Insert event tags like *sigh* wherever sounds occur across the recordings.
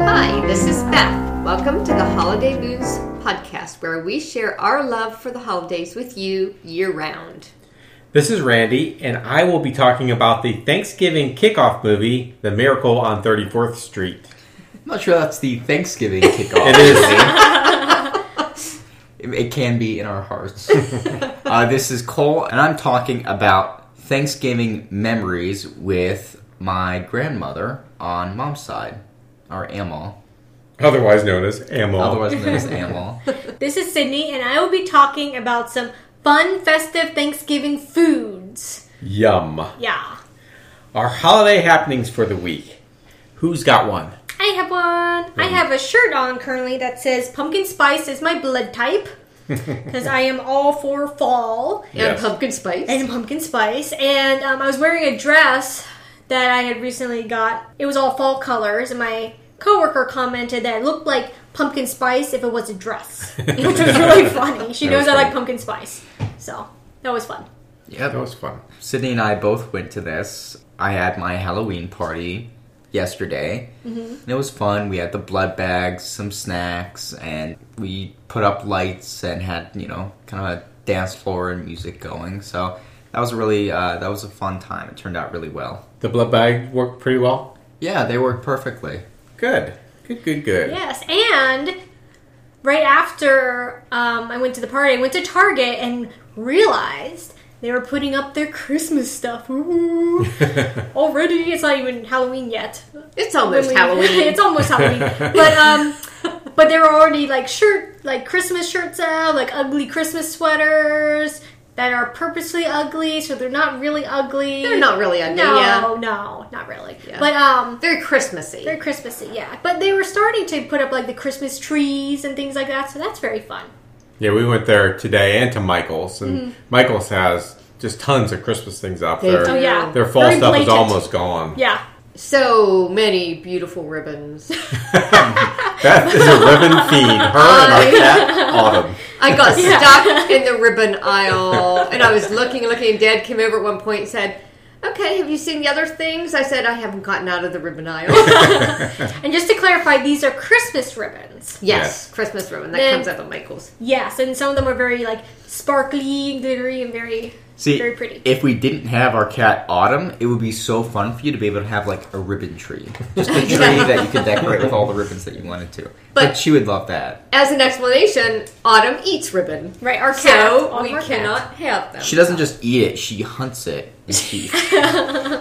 Hi, this is Beth. Welcome to the Holiday Booze podcast, where we share our love for the holidays with you year round. This is Randy, and I will be talking about the Thanksgiving kickoff movie, The Miracle on 34th Street. I'm not sure that's the Thanksgiving kickoff. It is. *laughs* It- It can be in *laughs* our hearts. uh, this is Cole, and I'm talking about Thanksgiving memories with my grandmother on mom's side, or Amal, Otherwise known as AMO. otherwise known *laughs* as Amal. This is Sydney, and I will be talking about some fun, festive Thanksgiving foods. Yum. Yeah. Our holiday happenings for the week. Who's got one? I have one. Mm-hmm. I have a shirt on currently that says pumpkin spice is my *laughs* blood type because I am all for fall Yes. And pumpkin spice. and pumpkin spice. And um, I was wearing a dress that I had recently got. It was all fall colors, and my coworker commented that it looked like pumpkin spice if it was *laughs* a dress, *laughs* which was really funny. She That knows was I funny. like pumpkin spice, so that was fun. That Yep. was fun. Sydney and I both went to this. I had my Halloween party yesterday, Mm-hmm. and it was fun. We had the blood bags, some snacks, and we put up lights and had you know kind of a dance floor and music going. So that was really uh, that was a fun time. It turned out really well. The blood bag worked pretty well. Yeah, they worked perfectly. Good. Good, good, good. Yes, and right after um, I went to the party, I went to Target and realized they were putting up their Christmas stuff. Ooh. Already, it's not even Halloween yet. it's *laughs* almost When we- Halloween. it's almost Halloween, but *laughs* um, but there were already like shirt, like Christmas shirts out, like ugly Christmas sweaters that are purposely ugly, so they're not really ugly. They're not really ugly. No, Yeah. no, not really. Yeah. But um, Very Christmassy. they're Christmassy, yeah. But they were starting to put up like the Christmas trees and things like that, so that's very fun. Yeah, we went there today and to Michael's, and Michael's has just tons of Christmas things out They there. do. Oh yeah. Their fall Very stuff is blatant. almost gone. Yeah. so many beautiful *laughs* ribbons. That is a ribbon feed. Her and our cat, Autumn. I got stuck in the ribbon aisle, and I was looking, looking. And Dad came over at one point and said, "Okay, have you seen the other things?" I said, "I haven't gotten out of the ribbon aisle." And just to clarify, these are Christmas ribbons. yes, Christmas ribbon that Then- comes out of Michael's. Yes, and some of them are very like sparkly and glittery and very See, very pretty. if we didn't have our cat Autumn, it would be so fun for you to be able to have like a ribbon tree, just *laughs* a tree that you could decorate with all the ribbons that you wanted to. But- but she would love that. As an explanation, Autumn eats ribbon. right, our cat. So all we of our cats. cannot have them. She doesn't just eat it; she hunts it. *laughs* and She,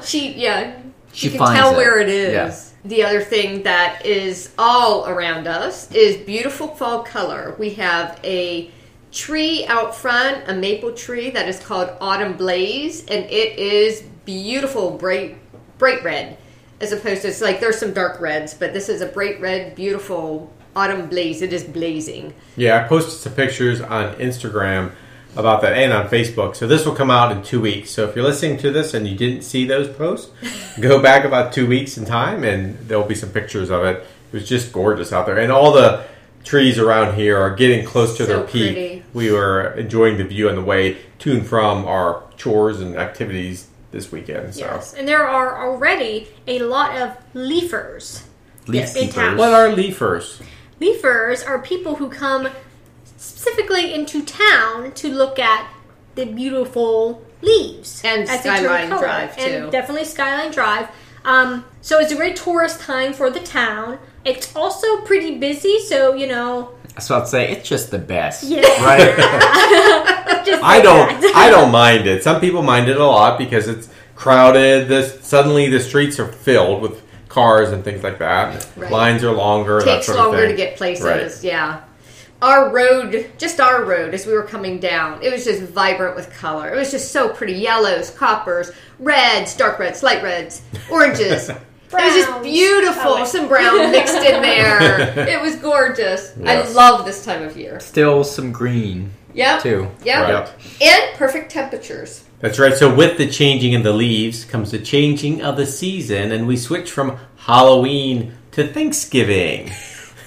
She yeah. She, She can finds tell it. where it is. Yeah. The other thing that is all around us is beautiful fall color. We have a tree out front, a maple tree that is called Autumn Blaze, and it is beautiful, bright, bright red. As opposed to it's like there's some dark reds, but this is a bright red, beautiful autumn blaze. It is blazing. Yeah, I posted some pictures on Instagram about that and on Facebook. So this will come out in two weeks. So if you're listening to this and you didn't see those posts, go back about two weeks in time and there'll be some pictures of it. It was just gorgeous out there. And all the trees around here are getting close to So their peak. pretty. We were enjoying the view on the way to and from our chores and activities this weekend. So Yes. And there are already a lot of leafers. leaf big cat. keepers. what are leafers? Leafers are people who come specifically into town to look at the beautiful leaves And as they turn Skyline color. Drive, too. and definitely Skyline Drive. Um, so it's a great tourist time for the town. It's also pretty busy, so you know, So I'd say it's just the best, Yeah. right? *laughs* just I like don't that. I don't mind it. Some people mind it a lot because it's crowded. This suddenly the streets are filled with cars and things like that. Right. Lines are longer. that takes sort of longer thing. to get places. Right. Yeah. Our road, just our road, as we were coming down, it was just vibrant with color. It was just so pretty. Yellows, coppers, reds, dark reds, light reds, *laughs* oranges. it was just Browns. beautiful. Oh, wait. Some brown mixed in *laughs* there. It was gorgeous. I Yes. love this time of year. Still some green Yep. too. Yep. Right. And perfect temperatures. *laughs* That's right. So with the changing in the leaves comes the changing of the season, and we switch from Halloween to Thanksgiving. *laughs*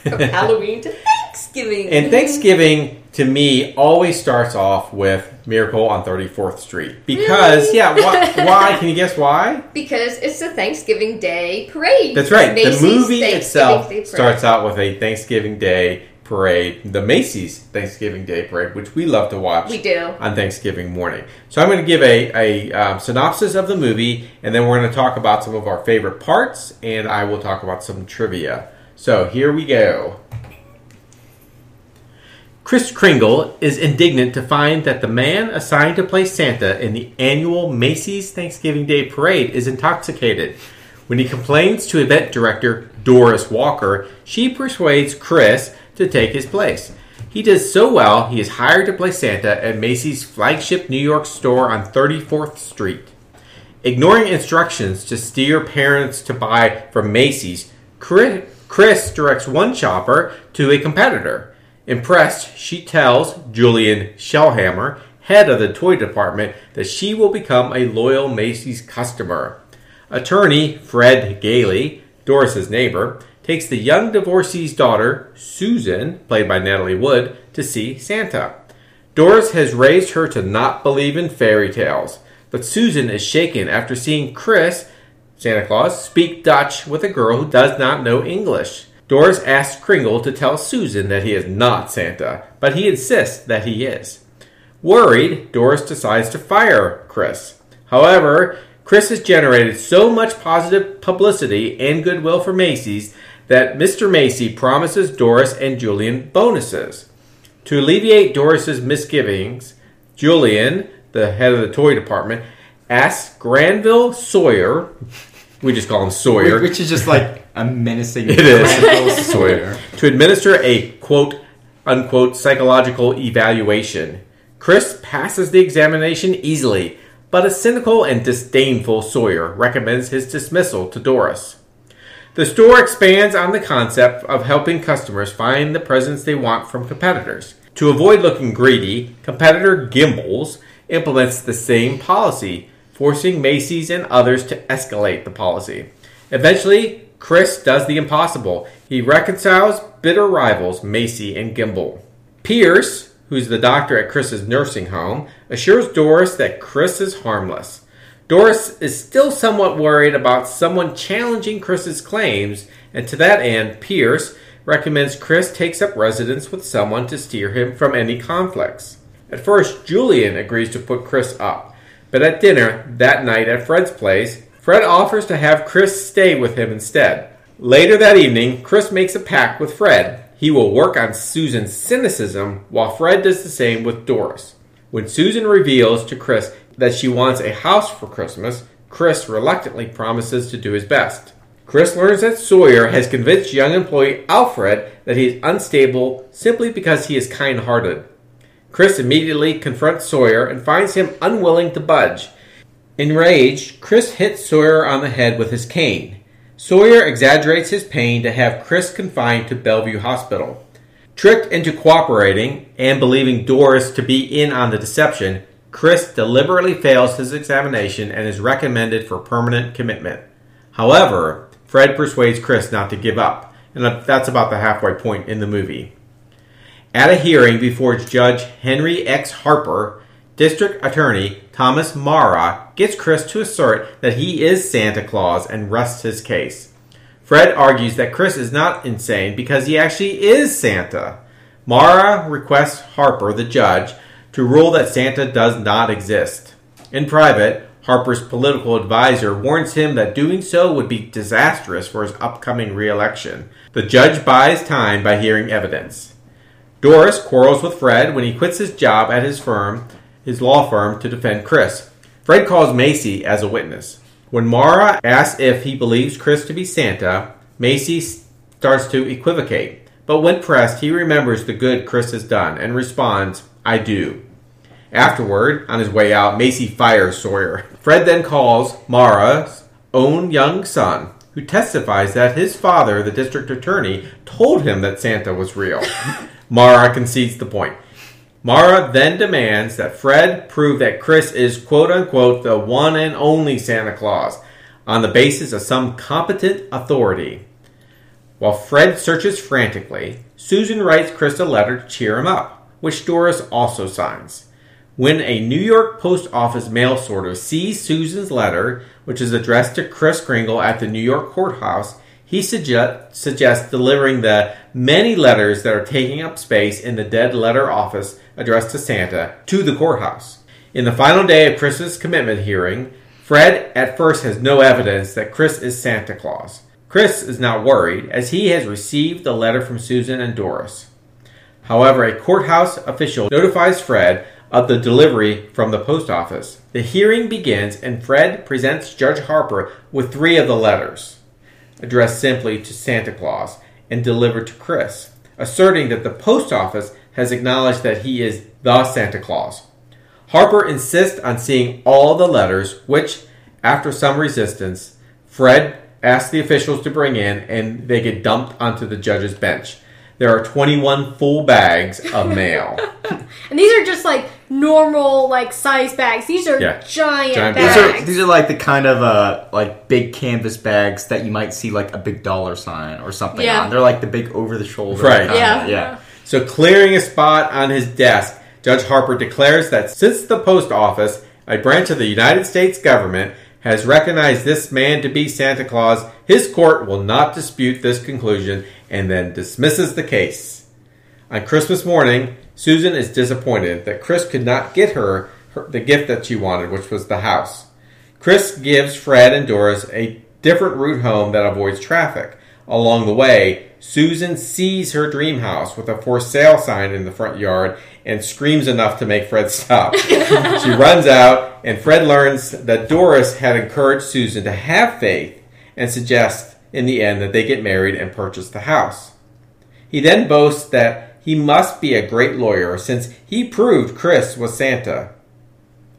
From Halloween to Thanksgiving. And Thanksgiving to me always starts off with Miracle on 34th Street because Really? *laughs* yeah, why, why? Can you guess why? Because it's the Thanksgiving Day parade. That's right. Macy's the movie Thanksgiving itself Day parade. starts out with a Thanksgiving Day parade, the Macy's Thanksgiving Day parade, which we love to watch. We do. on Thanksgiving morning. So I'm going to give a, a um, synopsis of the movie, and then we're going to talk about some of our favorite parts, and I will talk about some trivia. So here we go. Chris Kringle is indignant to find that the man assigned to play Santa in the annual Macy's Thanksgiving Day parade is intoxicated. When he complains to event director Doris Walker, she persuades Chris to take his place. He does so well, he is hired to play Santa at Macy's flagship New York store on 34th Street. Ignoring instructions to steer parents to buy from Macy's, Chri- Chris directs one shopper to a competitor. Impressed, she tells Julian Shellhammer, head of the toy department, that she will become a loyal Macy's customer. Attorney Fred Gailey, Doris's neighbor, takes the young divorcee's daughter, Susan, played by Natalie Wood, to see Santa. Doris has raised her to not believe in fairy tales, but Susan is shaken after seeing Chris, Santa Claus, speak Dutch with a girl who does not know English. Doris asks Kringle to tell Susan that he is not Santa, but he insists that he is. Worried, Doris decides to fire Chris. However, Chris has generated so much positive publicity and goodwill for Macy's that Mr. Macy promises Doris and Julian bonuses. To alleviate Doris's misgivings, Julian, the head of the toy department, asks Granville Sawyer, we just call him Sawyer, Which is just like a *laughs* menacing. it *laughs* is Sawyer to administer a quote unquote psychological evaluation. Chris passes the examination easily, but a cynical and disdainful Sawyer recommends his dismissal to Doris. The store expands on the concept of helping customers find the presents they want from competitors. To avoid looking greedy, competitor Gimbals implements the same policy, forcing Macy's and others to escalate the policy. Eventually, Chris does the impossible. He reconciles bitter rivals Macy and Gimble. Pierce, who's the doctor at Chris's nursing home, assures Doris that Chris is harmless. Doris is still somewhat worried about someone challenging Chris's claims, and to that end, Pierce recommends Chris takes up residence with someone to steer him from any conflicts. At first, Julian agrees to put Chris up, but at dinner that night at Fred's place, Fred offers to have Chris stay with him instead. Later that evening, Chris makes a pact with Fred. He will work on Susan's cynicism while Fred does the same with Doris. When Susan reveals to Chris that she wants a house for Christmas, Chris reluctantly promises to do his best. Chris learns that Sawyer has convinced young employee Alfred that he is unstable simply because he is kind hearted. Chris immediately confronts Sawyer and finds him unwilling to budge. Enraged, Chris hits Sawyer on the head with his cane. Sawyer exaggerates his pain to have Chris confined to Bellevue Hospital. Tricked into cooperating and believing Doris to be in on the deception, Chris deliberately fails his examination and is recommended for permanent commitment. However, Fred persuades Chris not to give up, and that's about the halfway point in the movie. At a hearing before Judge Henry X. Harper, District Attorney Thomas Mara gets Chris to assert that he is Santa Claus and rests his case. Fred argues that Chris is not insane because he actually is Santa. Mara requests Harper, the judge, to rule that Santa does not exist. In private, Harper's political advisor warns him that doing so would be disastrous for his upcoming reelection. The judge buys time by hearing evidence. Doris quarrels with Fred when he quits his job at his firm, his law firm, to defend Chris. Fred calls Macy as a witness. When Mara asks if he believes Chris to be Santa, Macy s- starts to equivocate. But when pressed, he remembers the good Chris has done and responds, I do. Afterward, on his way out, Macy fires Sawyer. Fred then calls Mara's own young son, who testifies that his father, the district attorney, told him that Santa was real. Mara concedes the point. Mara then demands that Fred prove that Chris is quote unquote the one and only Santa Claus on the basis of some competent authority. While Fred searches frantically, Susan writes Chris a letter to cheer him up. which Doris also signs. When a New York post office mail sorter sees Susan's letter, which is addressed to Chris Kringle at the New York courthouse, he suggest, suggests delivering the many letters that are taking up space in the dead letter office addressed to Santa to the courthouse. In the final day of Chris's commitment hearing, Fred at first has no evidence that Chris is Santa Claus. Chris is not worried, as he has received the letter from Susan and Doris. However, a courthouse official notifies Fred of the delivery from the post office. The hearing begins, and Fred presents Judge Harper with three of the letters, addressed simply to Santa Claus and delivered to Chris, asserting that the post office has acknowledged that he is the Santa Claus. Harper insists on seeing all the letters, which, after some resistance, Fred asks the officials to bring in and they get dumped onto the judge's bench. There are 21 full bags of mail. *laughs* And these are just like normal like size bags. These are Yeah. giant, Giant bags. These are, bags. these are like the kind of uh like big canvas bags that you might see like a big dollar sign or something Yeah. on. They're like the big over the shoulder. Right. kinda, Yeah. Yeah. So, clearing a spot on his desk, Judge Harper declares that since the post office, a branch of the United States government, has recognized this man to be Santa Claus, his court will not dispute this conclusion and then dismisses the case. On Christmas morning, Susan is disappointed that Chris could not get her, her the gift that she wanted, which was the house. Chris gives Fred and Doris a different route home that avoids traffic. Along the way, Susan sees her dream house with a for sale sign in the front yard and screams enough to make Fred stop. she runs out, and Fred learns that Doris had encouraged Susan to have faith and suggests in the end that they get married and purchase the house. He then boasts that he must be a great lawyer since he proved Chris was Santa.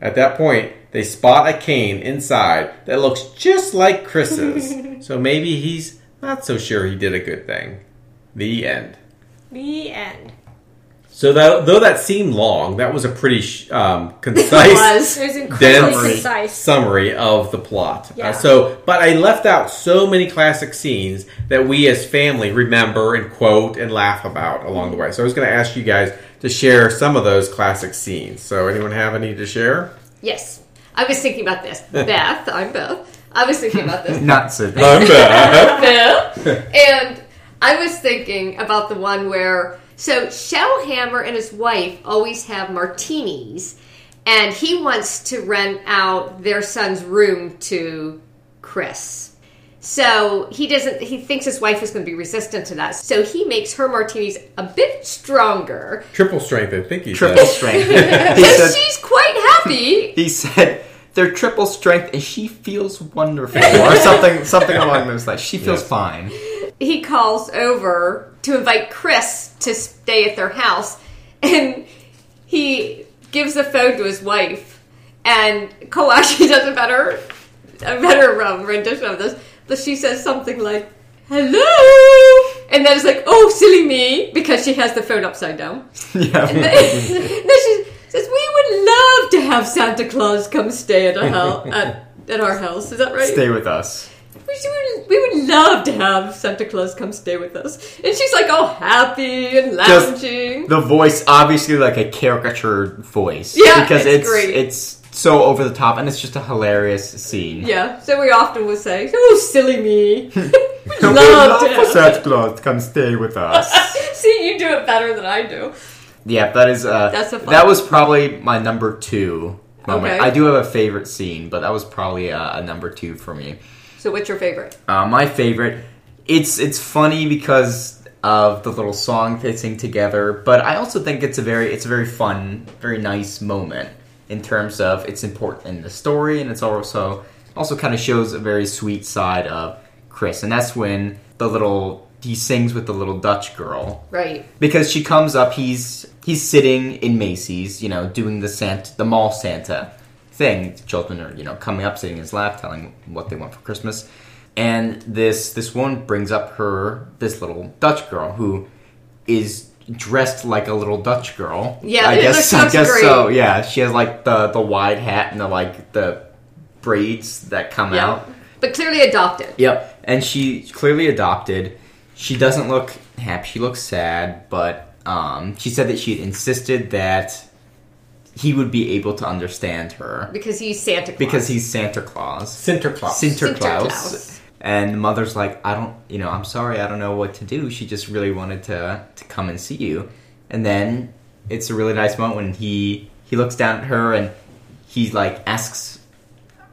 At that point, they spot a cane inside that looks just like Chris's, so maybe he's not so sure he did a good thing. The end. The end. So, that, though that seemed long, that was a pretty sh- um, concise. was. It was incredibly dense concise. summary of the plot. Uh, Yeah. so, but I left out so many classic scenes that we as family remember and quote and laugh about along the way. So I was going to ask you guys to share some of those classic scenes. So anyone have any to share? Yes. I was thinking about *laughs* this. Beth, I'm Beth. I was thinking about this. Not so. Beth. And I was thinking about the one where so Shellhammer and his wife always have martinis and he wants to rent out their son's room to Chris. So he doesn't he thinks his wife is going to be resistant to that. So he makes her martinis a bit stronger. *laughs* Triple strength, I think he triple said. strength. *laughs* he And said. she's quite happy He said. They're triple strength, and she feels wonderful, or something, something along those lines. She feels Yes. *laughs* fine. he calls over to invite Chris to stay at their house, and he gives the phone to his wife. And Cole actually *laughs* does a better, a better um, rendition of this, but she says something like "Hello," and then it's like "Oh, silly me," because she has the phone upside down. Yeah. then *laughs* she says, "We would love to have Santa Claus come stay at our house." At, at our house, is that right? *laughs* Stay with us. we would, we would love to have Santa Claus come stay with us. And she's like all happy and Just- lounging. The voice, obviously, like a caricatured voice. Yeah, because it's great. it's so over the top, and it's just a hilarious scene. *laughs* yeah, so we often would say, oh, silly me. we We love to for have Santa Claus to come stay with us. *laughs* See, you do it better than I do. yeah, that is. Uh, That's a fun- that was probably my number two moment. Okay. I do have a favorite scene, but that was probably uh, a number two for me. So what's your favorite? Uh, my favorite. It's it's funny because of the little song they sing together, but I also think it's a very it's a very fun, very nice moment in terms of it's important in the story, and it's also also kind of shows a very sweet side of Chris, and that's when the little he sings with the little Dutch girl Right. because she comes up he's he's sitting in macy's you know doing the santa the mall santa thing children are you know coming up sitting in his lap telling what they want for christmas and this this woman brings up her this little dutch girl who is dressed like a little dutch girl Yeah, i it guess looks i guess great. so yeah she has like the the wide hat and the like the braids that come Yeah. out But clearly adopted. Yep. And she clearly adopted. She doesn't look happy. She looks sad, but um, she said that she had insisted that he would be able to understand her because he's Santa Claus. because he's Santa Claus. Sinterklaas. Sinterklaas. Sinterklaas. And the mother's like, I don't, you know, I'm sorry, I don't know what to do. She just really wanted to to come and see you. And then it's a really nice moment when he he looks down at her and he like asks,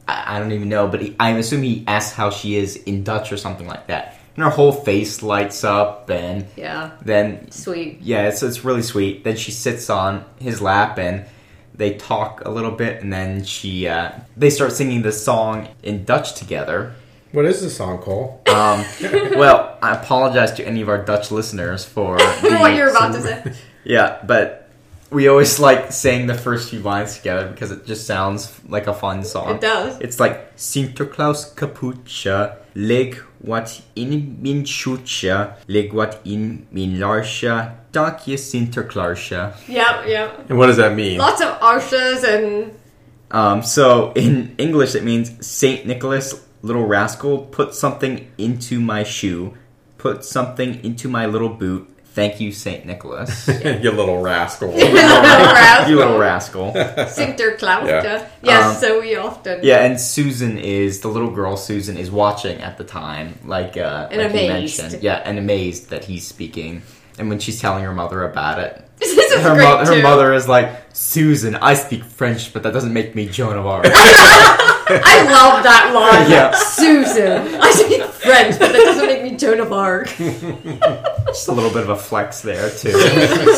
I, I don't even know, but he, I'm assuming he asks how she is in Dutch or something like that. And her whole face lights up, and yeah, then sweet. yeah, it's it's really sweet. Then she sits on his lap and they talk a little bit, and then she uh, they start singing this song in Dutch together. What is the song, Cole? Um, *laughs* well, I apologize to any of our Dutch listeners for the- *laughs* what you're about to say. Yeah, but we always like saying the first few lines together because it just sounds like a fun song. It does. It's like Sinterklaas kapoetje, leg wat in min schoetje, leg wat in min laarsje, dank je Sinterklaasje. Yep, *laughs* yep. And what does that mean? Lots of arshas and *laughs* Um, so in English, it means Saint Nicholas, little rascal, put something into my shoe, put something into my little boot. Thank you, Saint Nicholas. *laughs* you little *laughs* rascal. *laughs* you little Sinterklaas. rascal. Sinterklaas. Yeah. Yes, Um, so we often. Yeah, and Susan is the little girl. Susan is watching at the time, like uh, And like you amazed. mentioned. Yeah, and amazed that he's speaking. And when she's telling her mother about it, *laughs* This is her, great mo- her too. mother is like, "Susan, I speak French, but that doesn't make me Joan *laughs* of Arc." I love that line. Yeah. Susan. I speak French, but that doesn't make me Joan of Arc. Just a little bit of a flex *laughs* there too.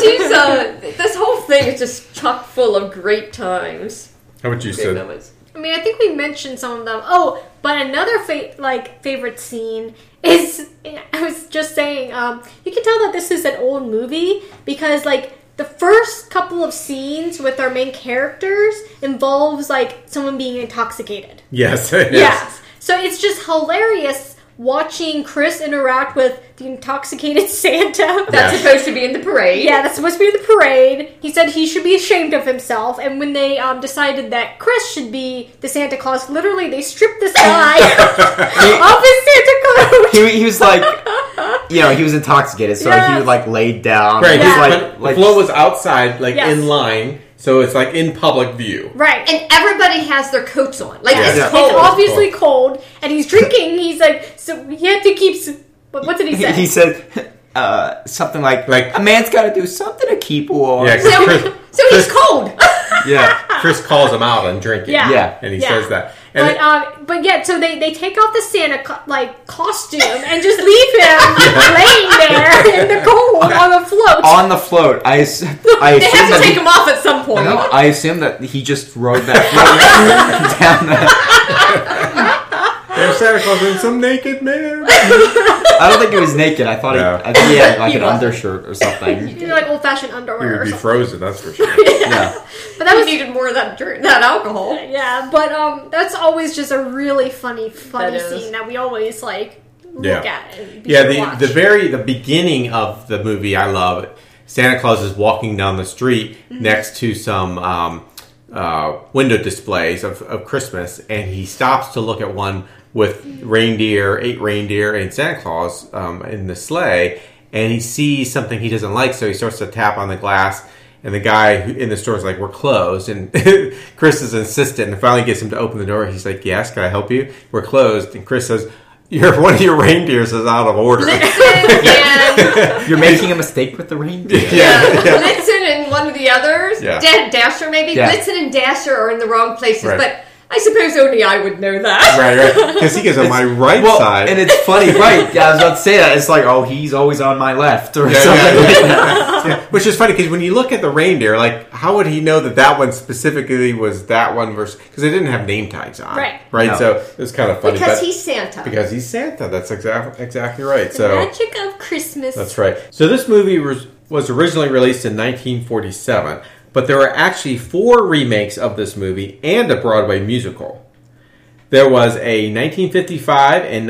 She's uh, this whole thing is just chock full of great times. How would you Great say? moments. I mean, I think we mentioned some of them. Oh, but another fa- like favorite scene is *laughs* I was just saying, um, you can tell that this is an old movie because like the first couple of scenes with our main characters involves like someone being intoxicated. Yes. *laughs* yes. Yes. So it's just hilarious watching Chris interact with the intoxicated *laughs* Santa. That's supposed to be in the parade. Yeah, that's supposed to be in the parade. He said he should be ashamed of himself. And when they um, decided that Chris should be the Santa Claus, literally they stripped this *laughs* guy of his Santa coat. he, he *laughs* was like, you know, he was intoxicated, so he Yes. would like laid down. Right. He Yeah. was But the float was outside, like Yes. in line, so it's like in public view. Right. And everybody has their coats on. Like, Yeah. it's Yeah. cold. It's obviously cold. and he's drinking. He's like, so he had to keep. s- What, what did he say? He said *laughs* uh, something like, Like- like a man's got to do something to keep warm. Yeah, So, *laughs* Chris, so he's cold. yeah. Chris calls him out on drinking. Yeah. Yeah. And he Yeah. says that. And but um, but yeah, so they, they take off the Santa co- like costume and just leave him *laughs* laying there in the cold on the float. *laughs* On the float, I, ass- I they have assume to that take he, him off at some point. *laughs* No, I assume that he just rode *laughs* that float down the. there's Santa Claus and some naked man. I don't think it was naked. I thought No. he, I think he had like He an was. undershirt or *laughs* something. you know, like old fashioned He underwear. would or be something. frozen, that's for sure. Yeah, But that was he needed more of that drink, that alcohol. Yeah, but um, that's always just a really funny, funny That is. scene that we always like look Yeah. at. And be yeah, sure to the watch. the very the beginning of the movie I love. it. Santa Claus is walking down the street next to some um, uh, window displays of, of Christmas, and he stops to look at one with reindeer, eight reindeer, and Santa Claus um, in the sleigh, and he sees something he doesn't like, so he starts to tap on the glass. And the guy who- in the store is like, "We're closed." And *laughs* Chris is insistent, and finally gets him to open the door. He's like, "Yes, can I help you? We're closed." And Chris says, "Your *laughs* one of your reindeers is out of order." *laughs* Blitzen and uh, you're making a mistake with the reindeer. yeah, yeah, yeah. Blitzen and one of the others, Yeah. Da- Dasher maybe. Yeah. Blitzen and Dasher are in the wrong places, Right. but I suppose only I would know that. Right, *laughs* right. Because he goes on my right Well, side. and it's funny, right? Yeah, I was about to say that. It's like, oh, he's always on my left or Yeah, something. yeah, *laughs* like yeah. that. Yeah, Which is funny because when you look at the reindeer, like how would he know that that one specifically was that one versus because they didn't have name tags on, Right. Right. No. So it was kind of funny Because but- he's Santa. because he's Santa. That's exactly exactly right. the So magic of Christmas. that's right. So this movie was, was originally released in 1947, but there were actually four remakes of this movie and a Broadway musical. There was a 1955 and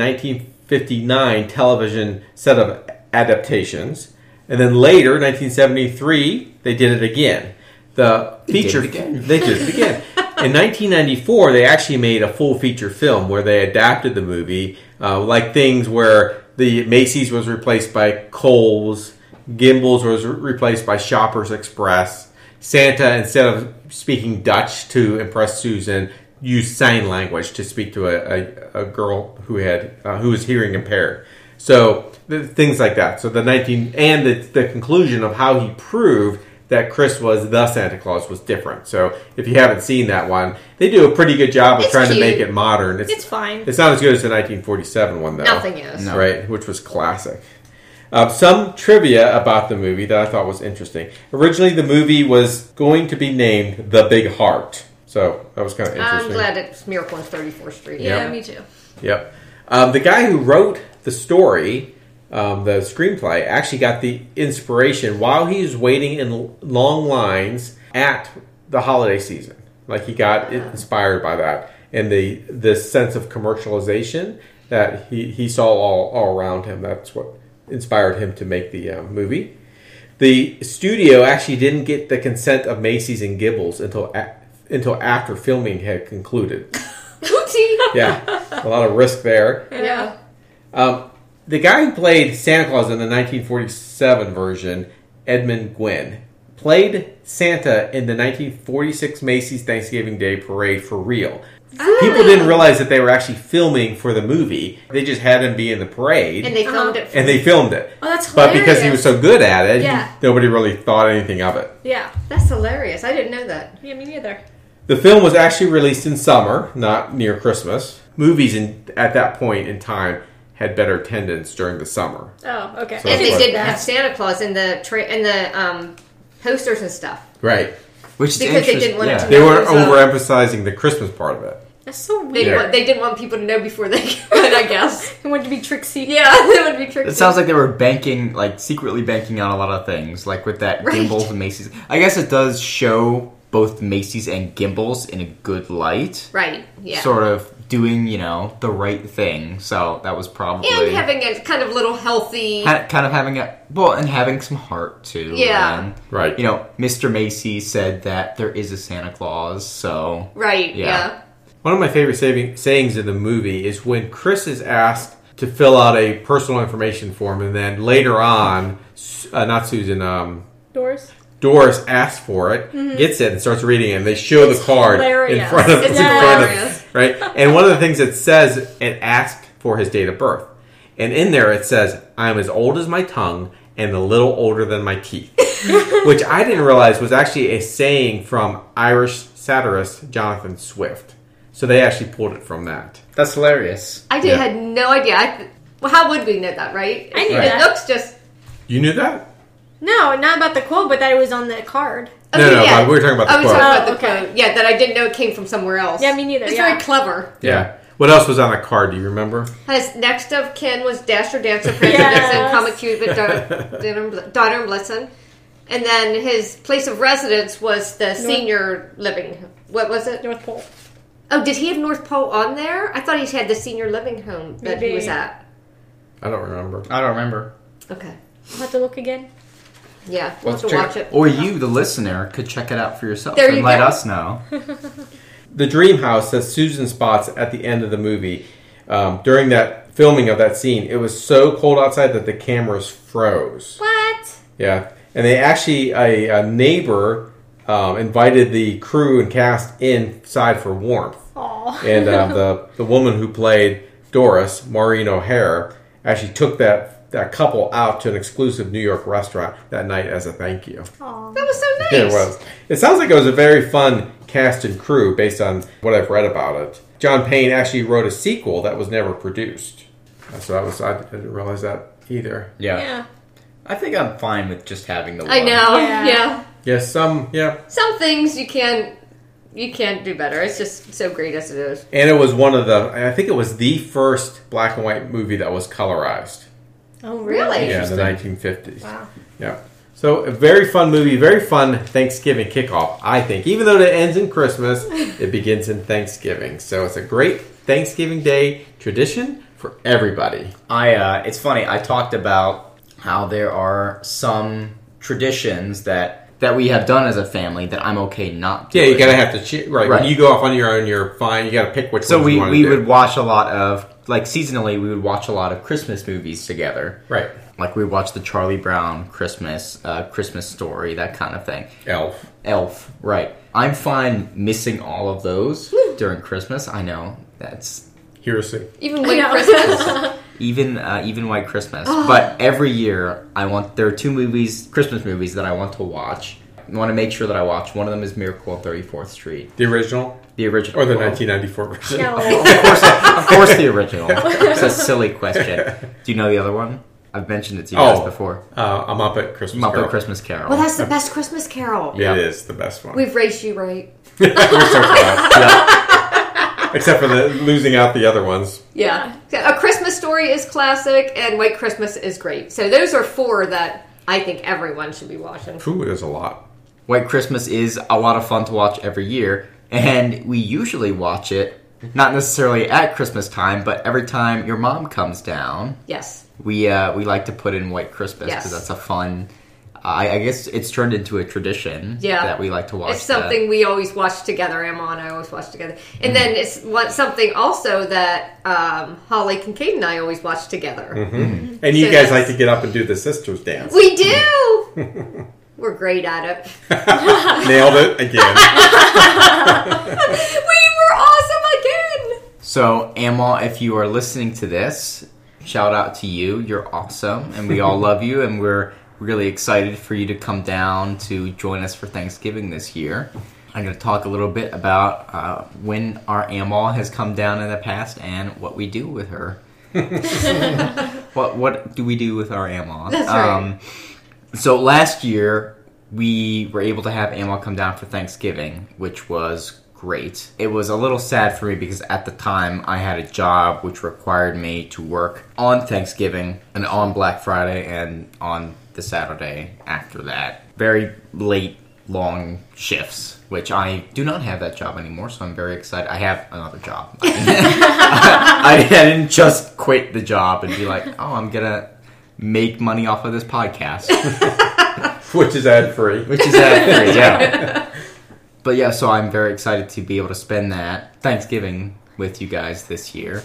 1959 television set of adaptations, and then later, 1973, they did it again. The did feature it again. they did it again. In 1994, they actually made a full feature film where they adapted the movie, uh, like things where the Macy's was replaced by Kohl's, Gimbals was re- replaced by Shoppers Express. Santa, instead of speaking Dutch to impress Susan, used sign language to speak to a, a, a girl who had uh, who was hearing impaired. So th- things like that. So the nineteen and the, the conclusion of how he proved that Chris was the Santa Claus was different. So if you haven't seen that one, they do a pretty good job of It's trying to cute. make it modern. It's, It's fine. it's not as good as the 1947 one though. Nothing is. No. Right, which was classic. Uh, some trivia about the movie that I thought was interesting. Originally, the movie was going to be named The Big Heart. So that was kind of interesting. I'm glad it's Miracle on 34th Street. Yeah, Yeah. *laughs* me too. Yep. Um, the guy who wrote the story, um, the screenplay, actually got the inspiration while he was waiting in l- long lines at the holiday season. Like he got i- inspired by that and the the sense of commercialization that he, he saw all, all around him. That's what inspired him to make the uh, movie. The studio actually didn't get the consent of Macy's and Gibbons until a- until after filming had concluded. Oopsie. Yeah, a lot of risk there. Yeah. Um, the guy who played Santa Claus in the 1947 version, Edmund Gwynn, played Santa in the 1946 Macy's Thanksgiving Day Parade for real. Ah. People didn't realize that they were actually filming for the movie. They just had him be in the parade And and they Uh-huh. filmed it. they, filmed it. Oh, that's But hilarious. because he was so good at it, Yeah. nobody really thought anything of it. Yeah. That's hilarious. I didn't know that. Yeah, me neither. The film was actually released in summer, not near Christmas. Movies in, at that point in time had better attendance during the summer. Oh, okay. So And That's they right. did have Santa Claus in the tra- in the um, posters and stuff. Right. Which is Because they interest- didn't want it yeah. to They Yeah, weren't there's a- overemphasizing the Christmas part of it. That's so They, weird. didn't Yeah. want, they didn't want people to know before they *laughs* could, I guess. *laughs* He wanted to be Trixie. Yeah, *laughs* that would be tricky. It sounds like they were banking, like secretly banking on a lot of things, like with that Right. Gimbals and Macy's. I guess it does show both Macy's and Gimbals in a good light, Right, yeah. sort of doing you know the right thing. So that was probably and having a kind of little healthy. ha- kind of having a well and having some heart too. Yeah. and, Right. You know, Mr. Macy said that there is a Santa Claus, so right, Yeah. yeah. One of my favorite saving, sayings in the movie is when Chris is asked to fill out a personal information form, and then later on, Su- uh, not Susan, um, Doors. Doris asks for it, gets it, and starts reading it. And they show the card in hilarious. front of It's in front of- hilarious. right. And one of the things it says it asked for his date of birth, and in there it says, "I am as old as my tongue and a little older than my teeth," which I didn't realize was actually a saying from Irish satirist Jonathan Swift. So they actually pulled it from that. that's hilarious. I did, Yeah. had no idea. I th- well, how would we know that, right? I knew It that. looks just. You knew that? No, not about the quote, but that it was on the card. No, no, but we were talking about the oh, I was quote. talking about the Oh, okay. quote. Yeah, that I didn't know it came from somewhere else. Yeah, me neither, It's yeah. very clever. Yeah. What else was on that card? Do you remember? His next of kin was Dasher, Dancer, Prancer, Yes. Vixen, Comet, Cupid, Dar- *laughs* Dinner and Bl- Daughter, and Blitzen. And then his place of residence was the senior living. What was it? North Pole. Oh, did he have North Pole on there? I thought he had the senior living home that he Maybe. was at. I don't remember. I don't remember. Okay. I'll have to look again. Yeah, we'll have to check- watch it. Or you, the listener, could check it out for yourself There and you let go. us know. the dream house that Susan spots at the end of the movie um, during that filming of that scene. It was so cold outside that the cameras froze. What? Yeah, and they actually a, a neighbor um, invited the crew and cast inside for warmth. Aw. And uh, the the woman who played Doris, Maureen O'Hare, actually took that that couple out to an exclusive New York restaurant that night as a thank you. Aw. That was so nice. It was. It sounds like it was a very fun cast and crew based on what I've read about it. John Payne actually wrote a sequel that was never produced. Uh, So that was I didn't realize that either. Yeah. I think I'm fine with just having the. I know. *laughs* Yeah. yeah. Yes, some yeah. Some things you can't you can't do better. It's just so great as it is. And it was one of the I think it was the first black and white movie that was colorized. Oh, Really? Yeah, in the Interesting. 1950s. Wow. Yeah. So a very fun movie, very fun Thanksgiving kickoff, I think. Even though it ends in *laughs* Christmas, it begins in Thanksgiving. So it's a great Thanksgiving Day tradition for everybody. I uh, it's funny. I talked about how there are some traditions that that we have done as a family that I'm okay not. Yeah, Doing. you gotta have to che- right, Right. When you go off on your own, you're fine. You gotta pick which. So ones we you wanna we do. would watch a lot of like seasonally we would watch a lot of Christmas movies together. right. Like we watched the Charlie Brown Christmas, uh, Christmas story, that kind of thing. Elf. Elf, right. I'm fine missing all of those during Christmas. I know that's Heresy. Even I White know. *laughs* Christmas. even uh, even White Christmas. But every year, I want there are two movies, Christmas movies that I want to watch. I want to make sure that I watch. One of them is Miracle on 34th Street, The original the original, or the well, 1994 *laughs* version? No. Of course, of course, the *laughs* original. It's a silly question. Do you know the other one? I've mentioned it to you Oh. guys before. Uh, I'm up at Christmas. Muppet Carol. Christmas Carol. well, that's the best Christmas Carol. Yeah, Yeah. It is the best one. We've raised you right. *laughs* We're so proud. *laughs* Yeah. Except for the losing out the other ones. Yeah. A Christmas Story is classic, and White Christmas is great. So those are four that I think everyone should be watching. Ooh, there's a lot. White Christmas is a lot of fun to watch every year, and we usually watch it not necessarily at Christmas time, but every time your mom comes down, Yes. we uh, we like to put in White Christmas because Yes. that's a fun. I, I guess it's turned into a tradition Yeah. that Mm-hmm. we like to watch. It's something we always watch together. Emma and I always watch together. And then it's one, something also that um, Holly Kincaid and I always watch together. Mm-hmm. And you So that's- guys like to get up and do the sisters dance. *laughs* We do! *laughs* We're great at it. *laughs* Nailed it again. we were awesome again! That. So, Amal, if you are listening to this, shout out to you. You're awesome, and we all love you, and we're really excited for you to come down to join us for Thanksgiving this year. I'm going to talk a little bit about uh, when our Amal has come down in the past and what we do with her. *laughs* *laughs* what what do we do with our Um, Amal? That's right. So last year we were able to have Amal come down for Thanksgiving, which was great. It was a little sad for me because at the time I had a job which required me to work on Thanksgiving and on Black Friday and on the Saturday after that. Very late long shifts, which I do not have that job anymore, so I'm very excited. I have another job. *laughs* I didn't just quit the job and be like, "Oh, I'm gonna make money off of this podcast." Which is ad free. which is accurate, yeah. But yeah, so I'm very excited to be able to spend that Thanksgiving with you guys this year,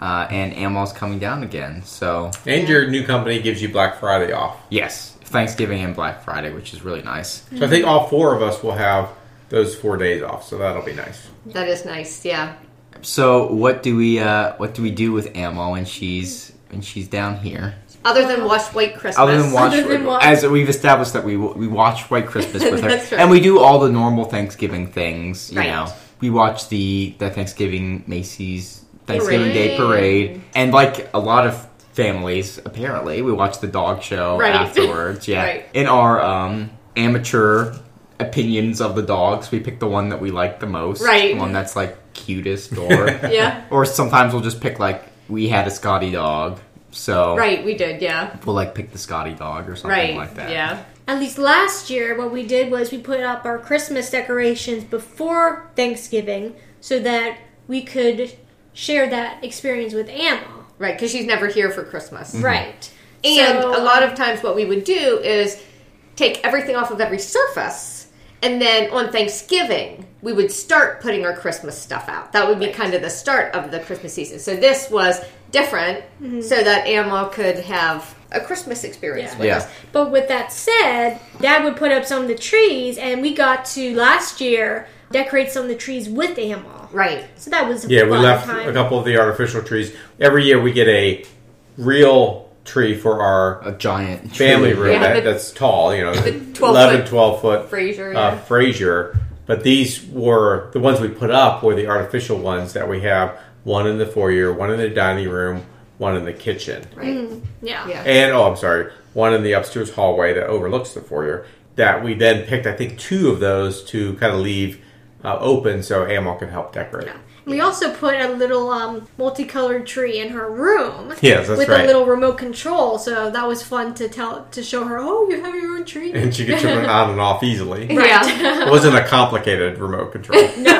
uh, and Amal's coming down again. So And your new company gives you Black Friday off. yes, Thanksgiving and Black Friday, which is really nice. So I Mm-hmm. think all four of us will have those four days off. So that'll be nice. That is nice, yeah. So what do we uh, what do we do with Amal when she's when she's down here? Other than watch White Christmas. Other *laughs* than watch, Other than watch- as we've established that we we watch White Christmas *laughs* with her, That's right. and we do all the normal Thanksgiving things. You Right. know, we watch the the Thanksgiving Macy's Thanksgiving Day Parade. parade, and like a lot of families, apparently, we watch the dog show Right. *laughs* afterwards. Yeah, Right. in our um, amateur opinions of the dogs, we pick the one that we like the most, Right. the one that's like *laughs* cutest, or Yeah. or sometimes we'll just pick like we had a Scotty dog. So Right, we did, yeah. we'll like pick the Scotty dog or something Right, like that. yeah. At least last year, what we did was we put up our Christmas decorations before Thanksgiving so that we could share that experience with Amma. Right, because she's never here for Christmas. Mm-hmm. Right. And So, a lot of times, what we would do is take everything off of every surface, and then on Thanksgiving, we would start putting our Christmas stuff out. That would be kind of the start of the Christmas season. So this was different, so that Emma could have a Christmas experience Yeah. with Yeah. us. But with that said, Dad would put up some of the trees, and we got to last year decorate some of the trees with Amma. Right. So that was a Yeah, we fun left time. a couple of the artificial trees. Every year we get a real tree for our A giant family tree. room Yeah, that, the- that's tall, you know, 12 11, foot 12 foot Fraser. uh, Frazier. But these were the ones we put up were the artificial ones that we have one in the foyer, one in the dining room, one in the kitchen. Right. yeah. Yeah. And oh, I'm sorry, one in the upstairs hallway that overlooks the foyer. That we then picked, I think, two of those to kind of leave uh, open so Amal can help decorate. We also put a little um, multicolored tree in her room. Yes, that's with right. a little remote control, so that was fun to tell to show her. Oh, you have your own tree. *laughs* And she could turn it on and off easily. Right. Yeah. It wasn't a complicated remote control. No.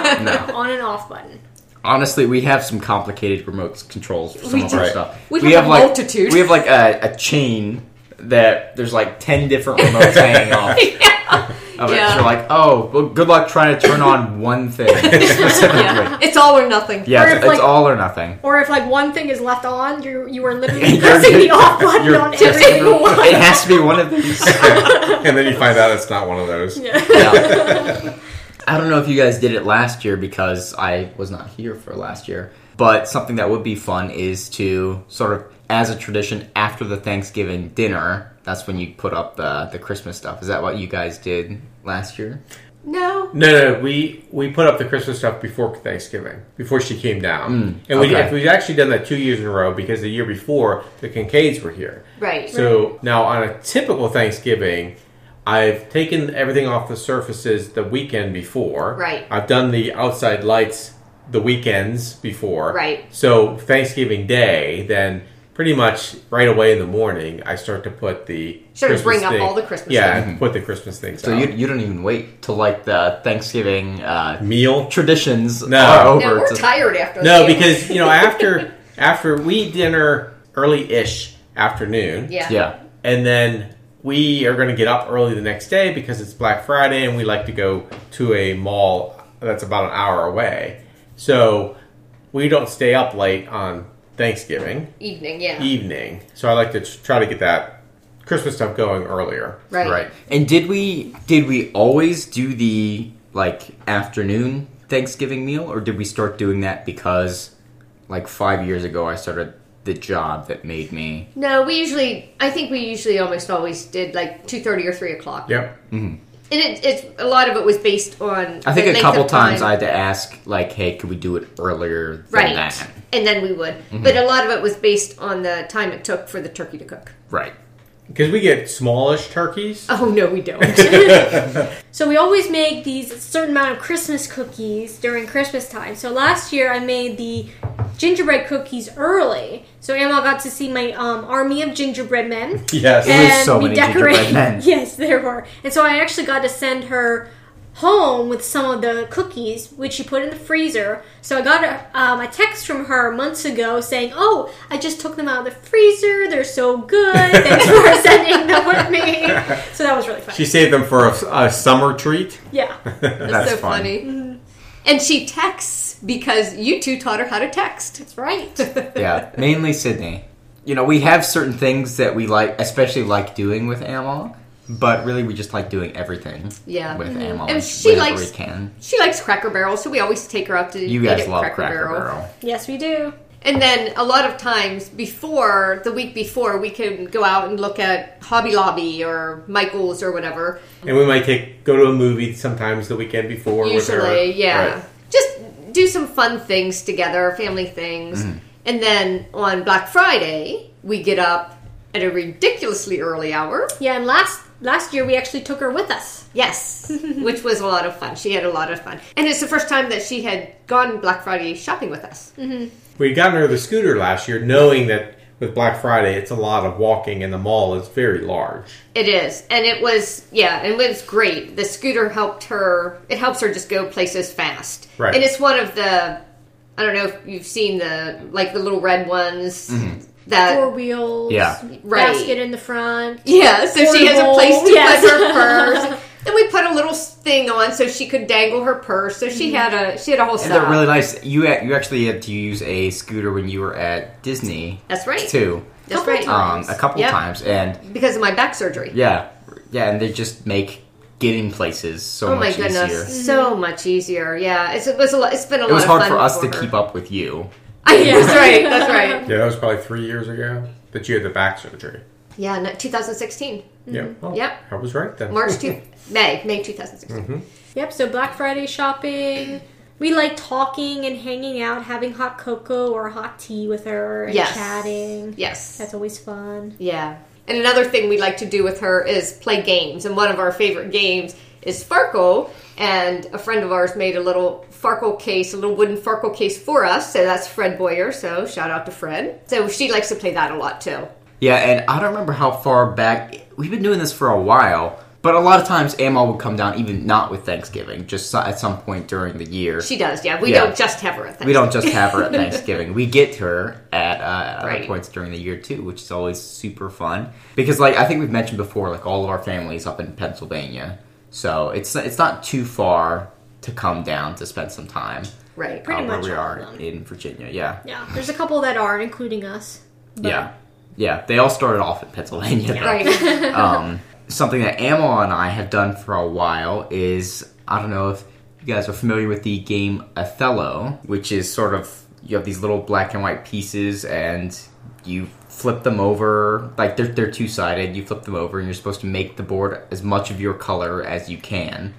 on and off button. Honestly, we have some complicated remote controls for some We of our do. stuff. We have a like multitude. We have like a, a chain that there's like 10 different *laughs* remotes hanging off *laughs* yeah. of it. Yeah. So you're like, oh, well, good luck trying to turn on one *laughs* thing specifically. Yeah, It's all or nothing. Or it's, if, it's like- all or *laughs* nothing. Or if like one thing is left on, you you are literally *laughs* You're- pressing the off button you're on just- every single one. It has to be one of these. and then you find out it's not one of those. Yeah. *laughs* I don't know if you guys did it last year because I was not here for last year, but something that would be fun is to sort of, as a tradition, after the Thanksgiving dinner, that's when you put up the, the Christmas stuff. Is that what you guys did last year? No. No, no, we we put up the Christmas stuff before Thanksgiving, before she came down, and we okay. if we've actually done that two years in a row because the year before the Kincaids were here. Right. So now on a typical Thanksgiving, I've taken everything off the surfaces the weekend before. Right. I've done the outside lights the weekends before. Right. So Thanksgiving Day, then pretty much right away in the morning, I start to put the Sort of Christmas bring up thing- all the Christmas Yeah, things. put the Christmas things. So out. you, you don't even wait till like the Thanksgiving uh, meal traditions No. are No, over. we're It's a- tired after No, the game. because you know after after we dinner early ish *laughs* afternoon, yeah. yeah. and then we are going to get up early the next day because it's Black Friday, and we like to go to a mall that's about an hour away. So we don't stay up late on Thanksgiving evening. Yeah, evening. So I like to tr- try to get that Christmas stuff going earlier. right. Right. And did we did we always do the like afternoon Thanksgiving meal or did we start doing that because like 5 years ago I started the job that made me No, we usually. I think we usually almost always did like two thirty or three o'clock. Yep. And it, it's a lot of it was based on. I the think a length couple of times I time. had to ask like hey could we do it earlier than right, that Mm-hmm. and then we would. But a lot of it was based on the time it took for the turkey to cook. *laughs* right Because we get smallish turkeys. Oh no, we don't. *laughs* So we always make these certain amount of Christmas cookies during Christmas time. So last year I made the gingerbread cookies early, so Emma got to see my um, army of gingerbread men. Yes. Yeah. was so many gingerbread men. *laughs* yes, there were. And so I actually got to send her home with some of the cookies, which she put in the freezer. So I got a, um, a text from her months ago saying, "Oh, I just took them out of the freezer. They're so good. *laughs* Thanks for sending them with me." So that was really fun. She saved them for a, a summer treat. yeah. That's That's so fun. funny. Mm-hmm. And she texts because you two taught her how to text. That's *laughs* right. yeah, mainly Sydney. You know, we have certain things that we like, especially like doing with Amal, but really we just like doing everything. Yeah. with Mhm. Amal, And she whenever likes- we can. She likes Cracker Barrel, so we always take her out to You eat guys at love Cracker, Barrel. yes, we do. And then a lot of times before the week before, we can go out and look at Hobby Lobby or Michaels or whatever. And we might take go to a movie sometimes the weekend before. with her. Usually, yeah, Right. just do some fun things together, family things. Mm-hmm. And then on Black Friday, we get up at a ridiculously early hour. Yeah, and last last year we actually took her with us. Yes, *laughs* which was a lot of fun. She had a lot of fun, and it's the first time that she had gone Black Friday shopping with us. We had gotten her the scooter last year, knowing that with Black Friday, it's a lot of walking, and the mall is very large. It is, and it was yeah, and it was great. The scooter helped her. It helps her just go places fast. Right. And it's one of the, I don't know if you've seen the like the little red ones Mm-hmm. that Four wheels, Uh, Yeah. Right. basket in the front. yeah. So she has a Portable. place to Yes. put her purse. Then we put a little thing on so she could dangle her purse. So she had a she had a whole And they're setup. really nice. You a- you actually had to use a scooter when you were at Disney That's right. too, That's Couple right. um, a couple Yep. times, and Because of my back surgery. yeah, yeah, and they just make getting places so Oh my much goodness, easier. so much easier. Yeah, it's, it was a lot. It's been a It lot was of hard fun for us to her. keep up with you. Yeah. *laughs* that's right. That's right. Yeah, that was probably three years ago that you had the back surgery. Yeah, no, 2016. Yeah. Well, Mm-hmm. Yep. I was right then. March *laughs* two, May, May 2016. Mm-hmm. Yep. So Black Friday shopping. We like talking and hanging out, having hot cocoa or hot tea with her and Yes. chatting. Yes. That's always fun. yeah. And another thing we like to do with her is play games. And one of our favorite games is Farkle. And a friend of ours made a little Farkle case, a little wooden Farkle case for us. So that's Fred Boyer. So shout out to Fred. So she likes to play that a lot too. Yeah, and I don't remember how far back we've been doing this for a while, But a lot of times, AML would come down, even not with Thanksgiving, just so- at some point during the year. She does, yeah. We Yeah. don't just have her at we don't just have *laughs* her at Thanksgiving. We get her at, uh, at Right. other points during the year too, which is always super fun. Because, like I think we've mentioned before, like all of our families up in Pennsylvania, so it's it's not too far to come down to spend some time. *laughs* uh, Right. Pretty where much we all are of them. in Virginia, yeah. Yeah, there's a couple that are, including us. But- Yeah. Yeah. They all started off in Pennsylvania. though. Right. Um, something that Amal and I have done for a while is I don't know if you guys are familiar with the game Othello, which is sort of you have these little black and white pieces and you flip them over like they're, they're two-sided you flip them over and you're supposed to make the board as much of your color as you can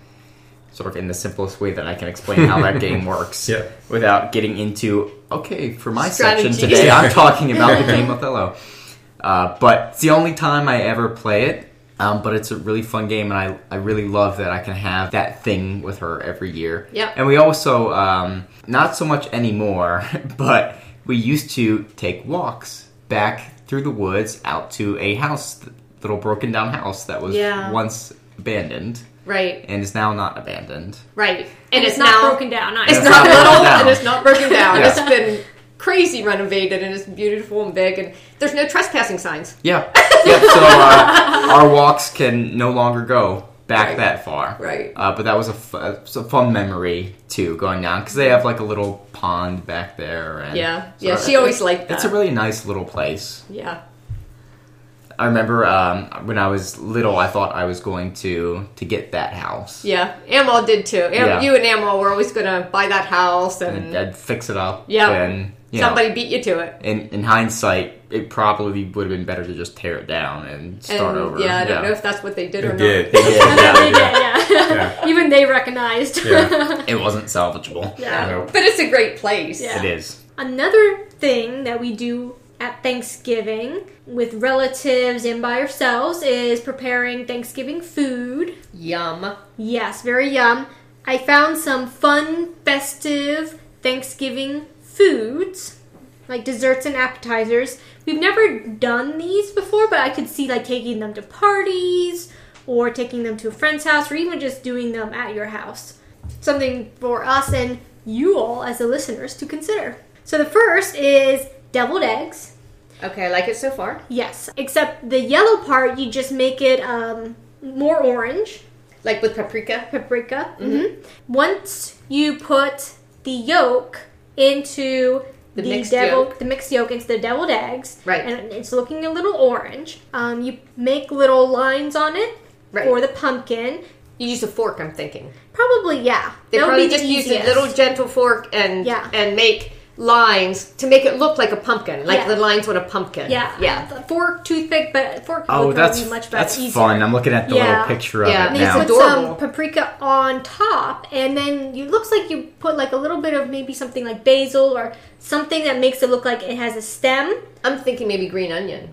sort of in the simplest way that i can explain how that game works Yeah. without getting into okay for my section Strategy. today i'm talking about the game othello uh, but it's the only time I ever play it. Um, but it's a really fun game, and I, I really love that I can have that thing with her every year. Yep. And we also, um, not so much anymore, *laughs* but we used to take walks back through the woods out to a house, little broken down house that was Yeah. once abandoned right. and is now not abandoned. Right. And, And it's, it's, not now broken down. It's It's Either. not not broken little down. and it's not broken down. Yeah. It's been crazy renovated and it's beautiful and big and there's no trespassing signs. *laughs* Yeah. yeah so uh, our walks can no longer go back Right. that far. Right. Uh, but that was a, fu- uh, it's a fun memory too, going down because they have like a little pond back there. And Yeah. so Yeah. it- She always liked that. It's a really nice little place. yeah. I remember um, when I was little, I thought I was going to to get that house. Yeah. Amal did too. Am- Yeah. You and Amal were always going to buy that house and, And I'd fix it up. Yeah. And you know, somebody beat you to it. in, in hindsight, it probably would have been better to just tear it down and start And over. yeah, I don't know *laughs* if that's what they did or It not. did. They did, *laughs* Yeah, they did, yeah. yeah. Yeah. Even they recognized. Yeah. it wasn't salvageable. *laughs* Yeah. Nope. But it's a great place. Yeah. It is. Another thing that we do at Thanksgiving with relatives and by ourselves is preparing Thanksgiving food. Yum. Yes, very yum. I found some fun, festive Thanksgiving foods, like desserts and appetizers. We've never done these before, but I could see like taking them to parties or taking them to a friend's house or even just doing them at your house. Something for us and you all as the listeners to consider. So the first is deviled eggs. Okay, I like it so far. Yes, except the yellow part, you just make it um, more orange Like with paprika. paprika. Mm-hmm. hmm Once you put the yolk into The the, mixed devil, yolk. the mixed yolk into the deviled eggs, Right. And it's looking a little orange. Um, you make little lines on it Right. for the pumpkin. You use a fork, I'm thinking. Probably, yeah. They that would probably be the just use a easiest. little gentle fork and Yeah. and make lines to make it look like a pumpkin, like Yeah. the lines on a pumpkin. Yeah, yeah. The Fork, toothpick, but fork Oh, would that's be much better. that's easier. fun. I'm looking at the Yeah. little picture of Yeah. it And you Makes now. put Adorable. some paprika on top, and then you looks like you put like a little bit of maybe something like basil or something that makes it look like it has a stem. I'm thinking maybe green onion.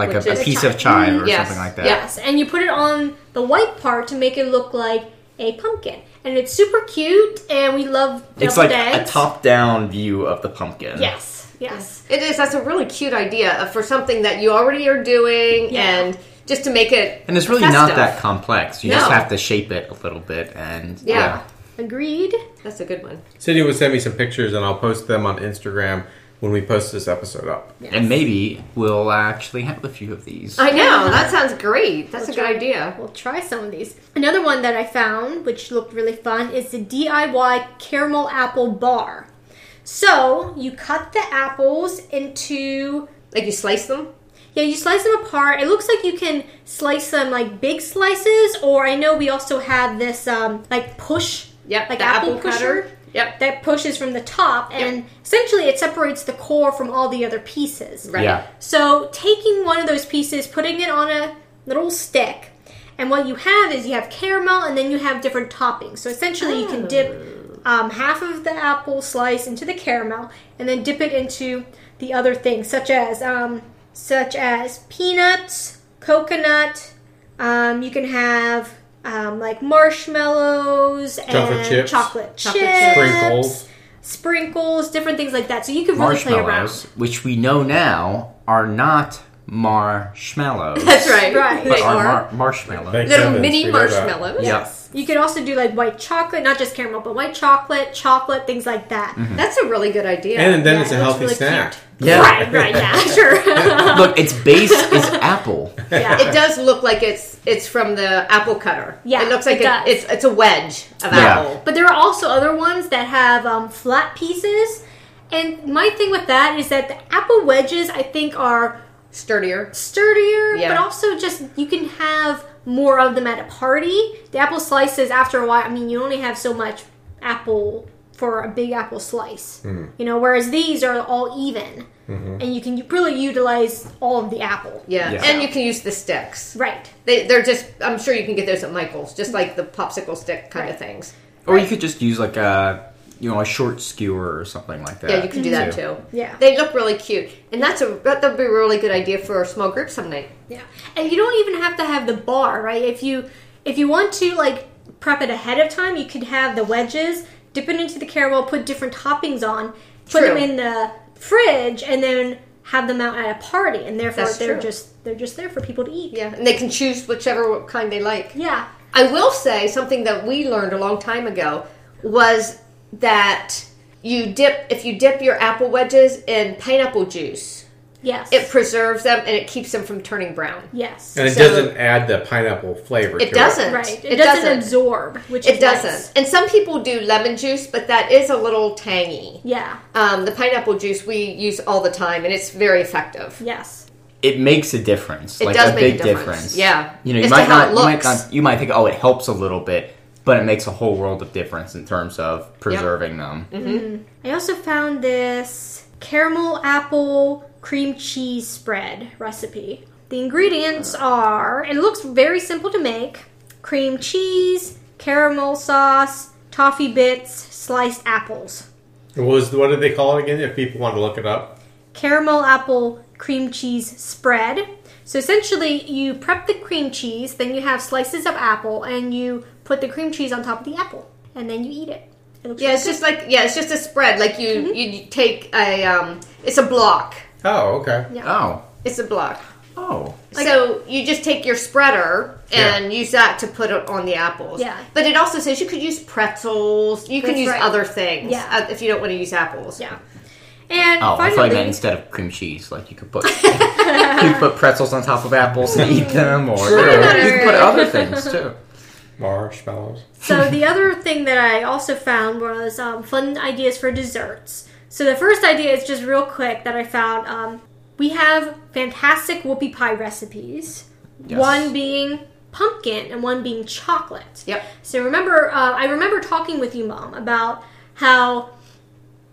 like which a, a is- piece of chive or Mm-hmm. Yes. something like that. Yeah. Yes, and you put it on the white part to make it look like a pumpkin, and it's super cute. And we love It's deviled like eggs. a top-down view of the pumpkin. Yes, yes, It is. That's a really cute idea for something that you already are doing, Yeah. and just to make it. And it's really festive. not that complex. You No. just have to shape it a little bit and Yeah. agreed. That's a good one. Sydney would send me some pictures, and I'll post them on Instagram when we post this episode up. And maybe we'll actually have a few of these. I know. That sounds great. That's a good try. idea. We'll try some of these. Another one that I found, which looked really fun, is the DIY caramel apple bar. So you cut the apples into Like you slice them. Yeah, you slice them apart. It looks like you can slice them like big slices, or I know we also had this um, like push, Yep. like the apple, cutter. pusher Yep. that pushes from the top, and essentially it separates the core from all the other pieces. Right. Yeah. So taking one of those pieces, putting it on a little stick, and what you have is you have caramel, and then you have different toppings. So essentially, you can dip Oh. um, half of the apple slice into the caramel, and then dip it into the other things, such as um, such as peanuts, coconut. Um, you can have um, like marshmallows Chocolate and chips. chocolate Chocolate chips, chips. Sprinkles. sprinkles, different things like that. So you can really play around. Marshmallows, which we know now are not *laughs* marshmallows. That's right. Right. They But are are. mar- marshmallows. Thank Little heavens mini we know that. marshmallows. Yes. You could also do like white chocolate, not just caramel, but white chocolate, chocolate, things like that. That's a really good idea. And then Yeah, it's a it looks healthy really snack. cute. Yeah. Right, right, yeah, sure. *laughs* Look, its base is apple. yeah. It does look like it's it's from the apple cutter. Yeah, it looks like it does. it's it's a wedge of Yeah. apple. But there are also other ones that have um, flat pieces. And my thing with that is that the apple wedges, I think, are sturdier. sturdier, Yeah. but also just you can have more of them at a party. The apple slices, after a while, I mean, you only have so much apple for a big apple slice, you know, whereas these are all even. And you can really utilize all of the apple. Yeah. Yeah. and you can use the sticks. Right. They, they're just. I'm sure you can get those at Michaels, just like the popsicle stick kind of Right. things. Or you could just use like a you know a short skewer or something like that. Yeah, you can do that too. Yeah. they look really cute, and that's a that would be a really good idea for a small group some night. Yeah, and you don't even have to have the bar, right? If you if you want to like prep it ahead of time, you could have the wedges, dip it into the caramel, put different toppings on, put True. them in the fridge, and then have them out at a party, and therefore That's they're true. just they're just there for people to eat. Yeah, and they can choose whichever kind they like. Yeah. I will say something that we learned a long time ago was that you dip if you dip your apple wedges in pineapple juice, Yes. it preserves them and it keeps them from turning brown. yes. And it So- doesn't add the pineapple flavor. It to doesn't. Right. It, It doesn't, doesn't. absorb, which It is nice. doesn't. And some people do lemon juice, but that is a little tangy. Yeah. Um, the pineapple juice we use all the time and it's very effective. Yes. It makes a difference. It like does a make big a difference. Yeah. You know, you As to might how not it you might looks. not you might think, oh, it helps a little bit, but it makes a whole world of difference in terms of preserving them. Mm-hmm. I also found this caramel apple cream cheese spread recipe. The ingredients Hmm. are, it looks very simple to make cream cheese, caramel sauce, toffee bits, sliced apples. It. What was what did they call it again? If people want to look it up, Caramel apple cream cheese spread. So essentially, you prep the cream cheese, then you have slices of apple, and you put the cream cheese on top of the apple, and then you eat it. It looks Yeah, really it's just like yeah, it's just a spread. Like you you take a um, it's a block. oh okay, Oh. It's a block. Oh. uh, so you just take your spreader Yeah. and use that to put it on the apples. Yeah. But it also says you could use pretzels. You can That's use right. other things Yeah. uh, if you don't want to use apples. Yeah. And Oh, I finally, thought you meant instead of cream cheese, like you *laughs* could put you could put pretzels on top of apples and eat them, or Sure. you could put other things too. marshmallows. So the other thing that I also found was um, fun ideas for desserts. So the first idea is just real quick that I found. Um, we have fantastic whoopie pie recipes. Yes. One being pumpkin and one being chocolate. Yep. So remember, uh, I remember talking with you, mom, about how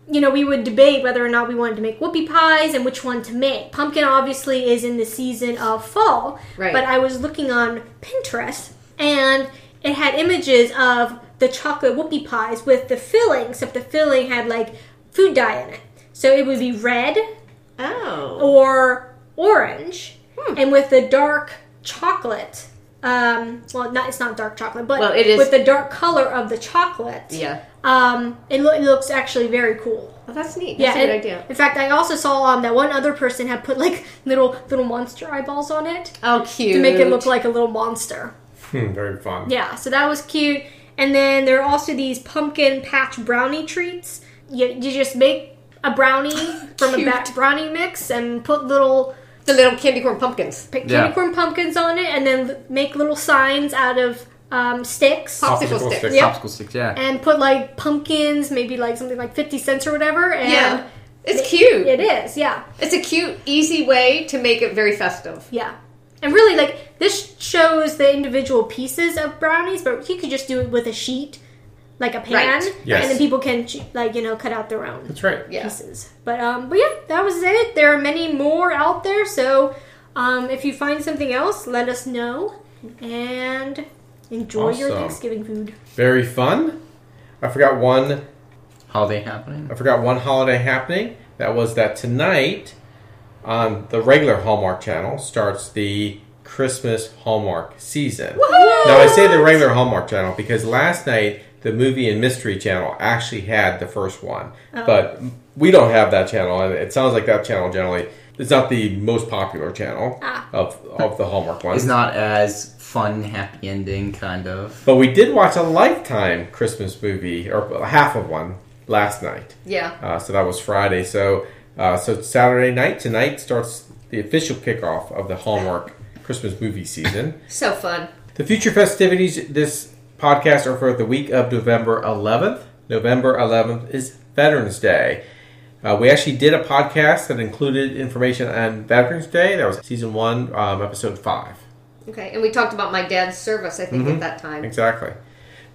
you know we would debate whether or not we wanted to make whoopie pies and which one to make. Pumpkin obviously is in the season of fall, Right. But I was looking on Pinterest and it had images of the chocolate whoopie pies with the filling, except the filling had like food dye in it. So it would be red Oh. or orange, Hmm. and with the dark chocolate. Um, well, not it's not dark chocolate, but Well, it is- with the dark color of the chocolate. Yeah. Um, it, lo- it looks actually very cool. Well, that's neat. Yeah, That's a good and- idea. In fact, I also saw um, that one other person had put like little little monster eyeballs on it Oh, cute. to make it look like a little monster. Hmm, very fun. Yeah, so that was cute. And then there are also these pumpkin patch brownie treats. You, you just make a *laughs* brownie from a ba- Cute. brownie mix and put little the little candy corn pumpkins. pick Yeah. candy corn pumpkins on it and then l- make little signs out of um, sticks Popsicle Popsicle sticks. sticks. Yeah. Popsicle sticks, yeah. and put like pumpkins, maybe like something like 50 cents or whatever. And Yeah. It's cute. it is, yeah, It's a cute, easy way to make it very festive. yeah. And really, like, this shows the individual pieces of brownies, but you could just do it with a sheet, like a pan, Right. Yes. and then people can, ch- like, you know, cut out their own. That's right. Yeah. pieces. But um, but yeah, that was it. There are many more out there, so um, if you find something else, let us know and enjoy your Awesome. Thanksgiving food. Very fun. I forgot one. Holiday happening. I forgot one holiday happening. That was that tonight on the regular Hallmark channel starts the Christmas Hallmark season. Now I say the regular Hallmark channel because last night the movie and mystery channel actually had the first one, but we don't have that channel, and it sounds like that channel generally It's not the most popular channel Ah. of of the Hallmark ones. It's not as fun, happy ending, kind of. But we did watch a Lifetime Christmas movie, or half of one, last night. Yeah. Uh, so that was Friday. So uh, so Saturday night tonight starts the official kickoff of the Hallmark Christmas movie season. So fun. The future festivities this podcast are for the week of November 11th. November 11th is Veterans Day. Uh, we actually did a podcast that included information on Veterans Day. That was season one, um, episode five. Okay. And we talked about my dad's service, I Mm-hmm. think, at that time. Exactly.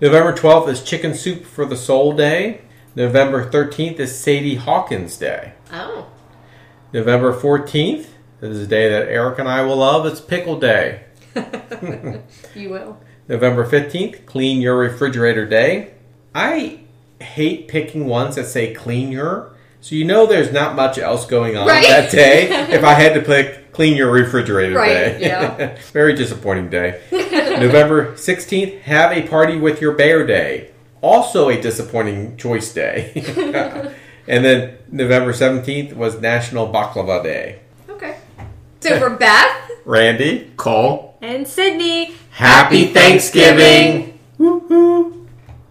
November 12th is Chicken Soup for the Soul Day. November 13th is Sadie Hawkins Day. Oh. November 14th this is a day that Eric and I will love. It's Pickle Day. You will. November 15th, Clean Your Refrigerator Day. I hate picking ones that say clean your, so you know there's not much else going on Right. *laughs* that day if I had to pick clean your refrigerator Right, day. yeah. *laughs* Very disappointing day. *laughs* November 16th, Have a Party with Your Bear Day. Also a disappointing choice day. *laughs* and then November 17th was National Baklava Day. Okay. So for Beth, Randy, Cole? And Sydney, happy Thanksgiving. Thanksgiving. Woo-hoo.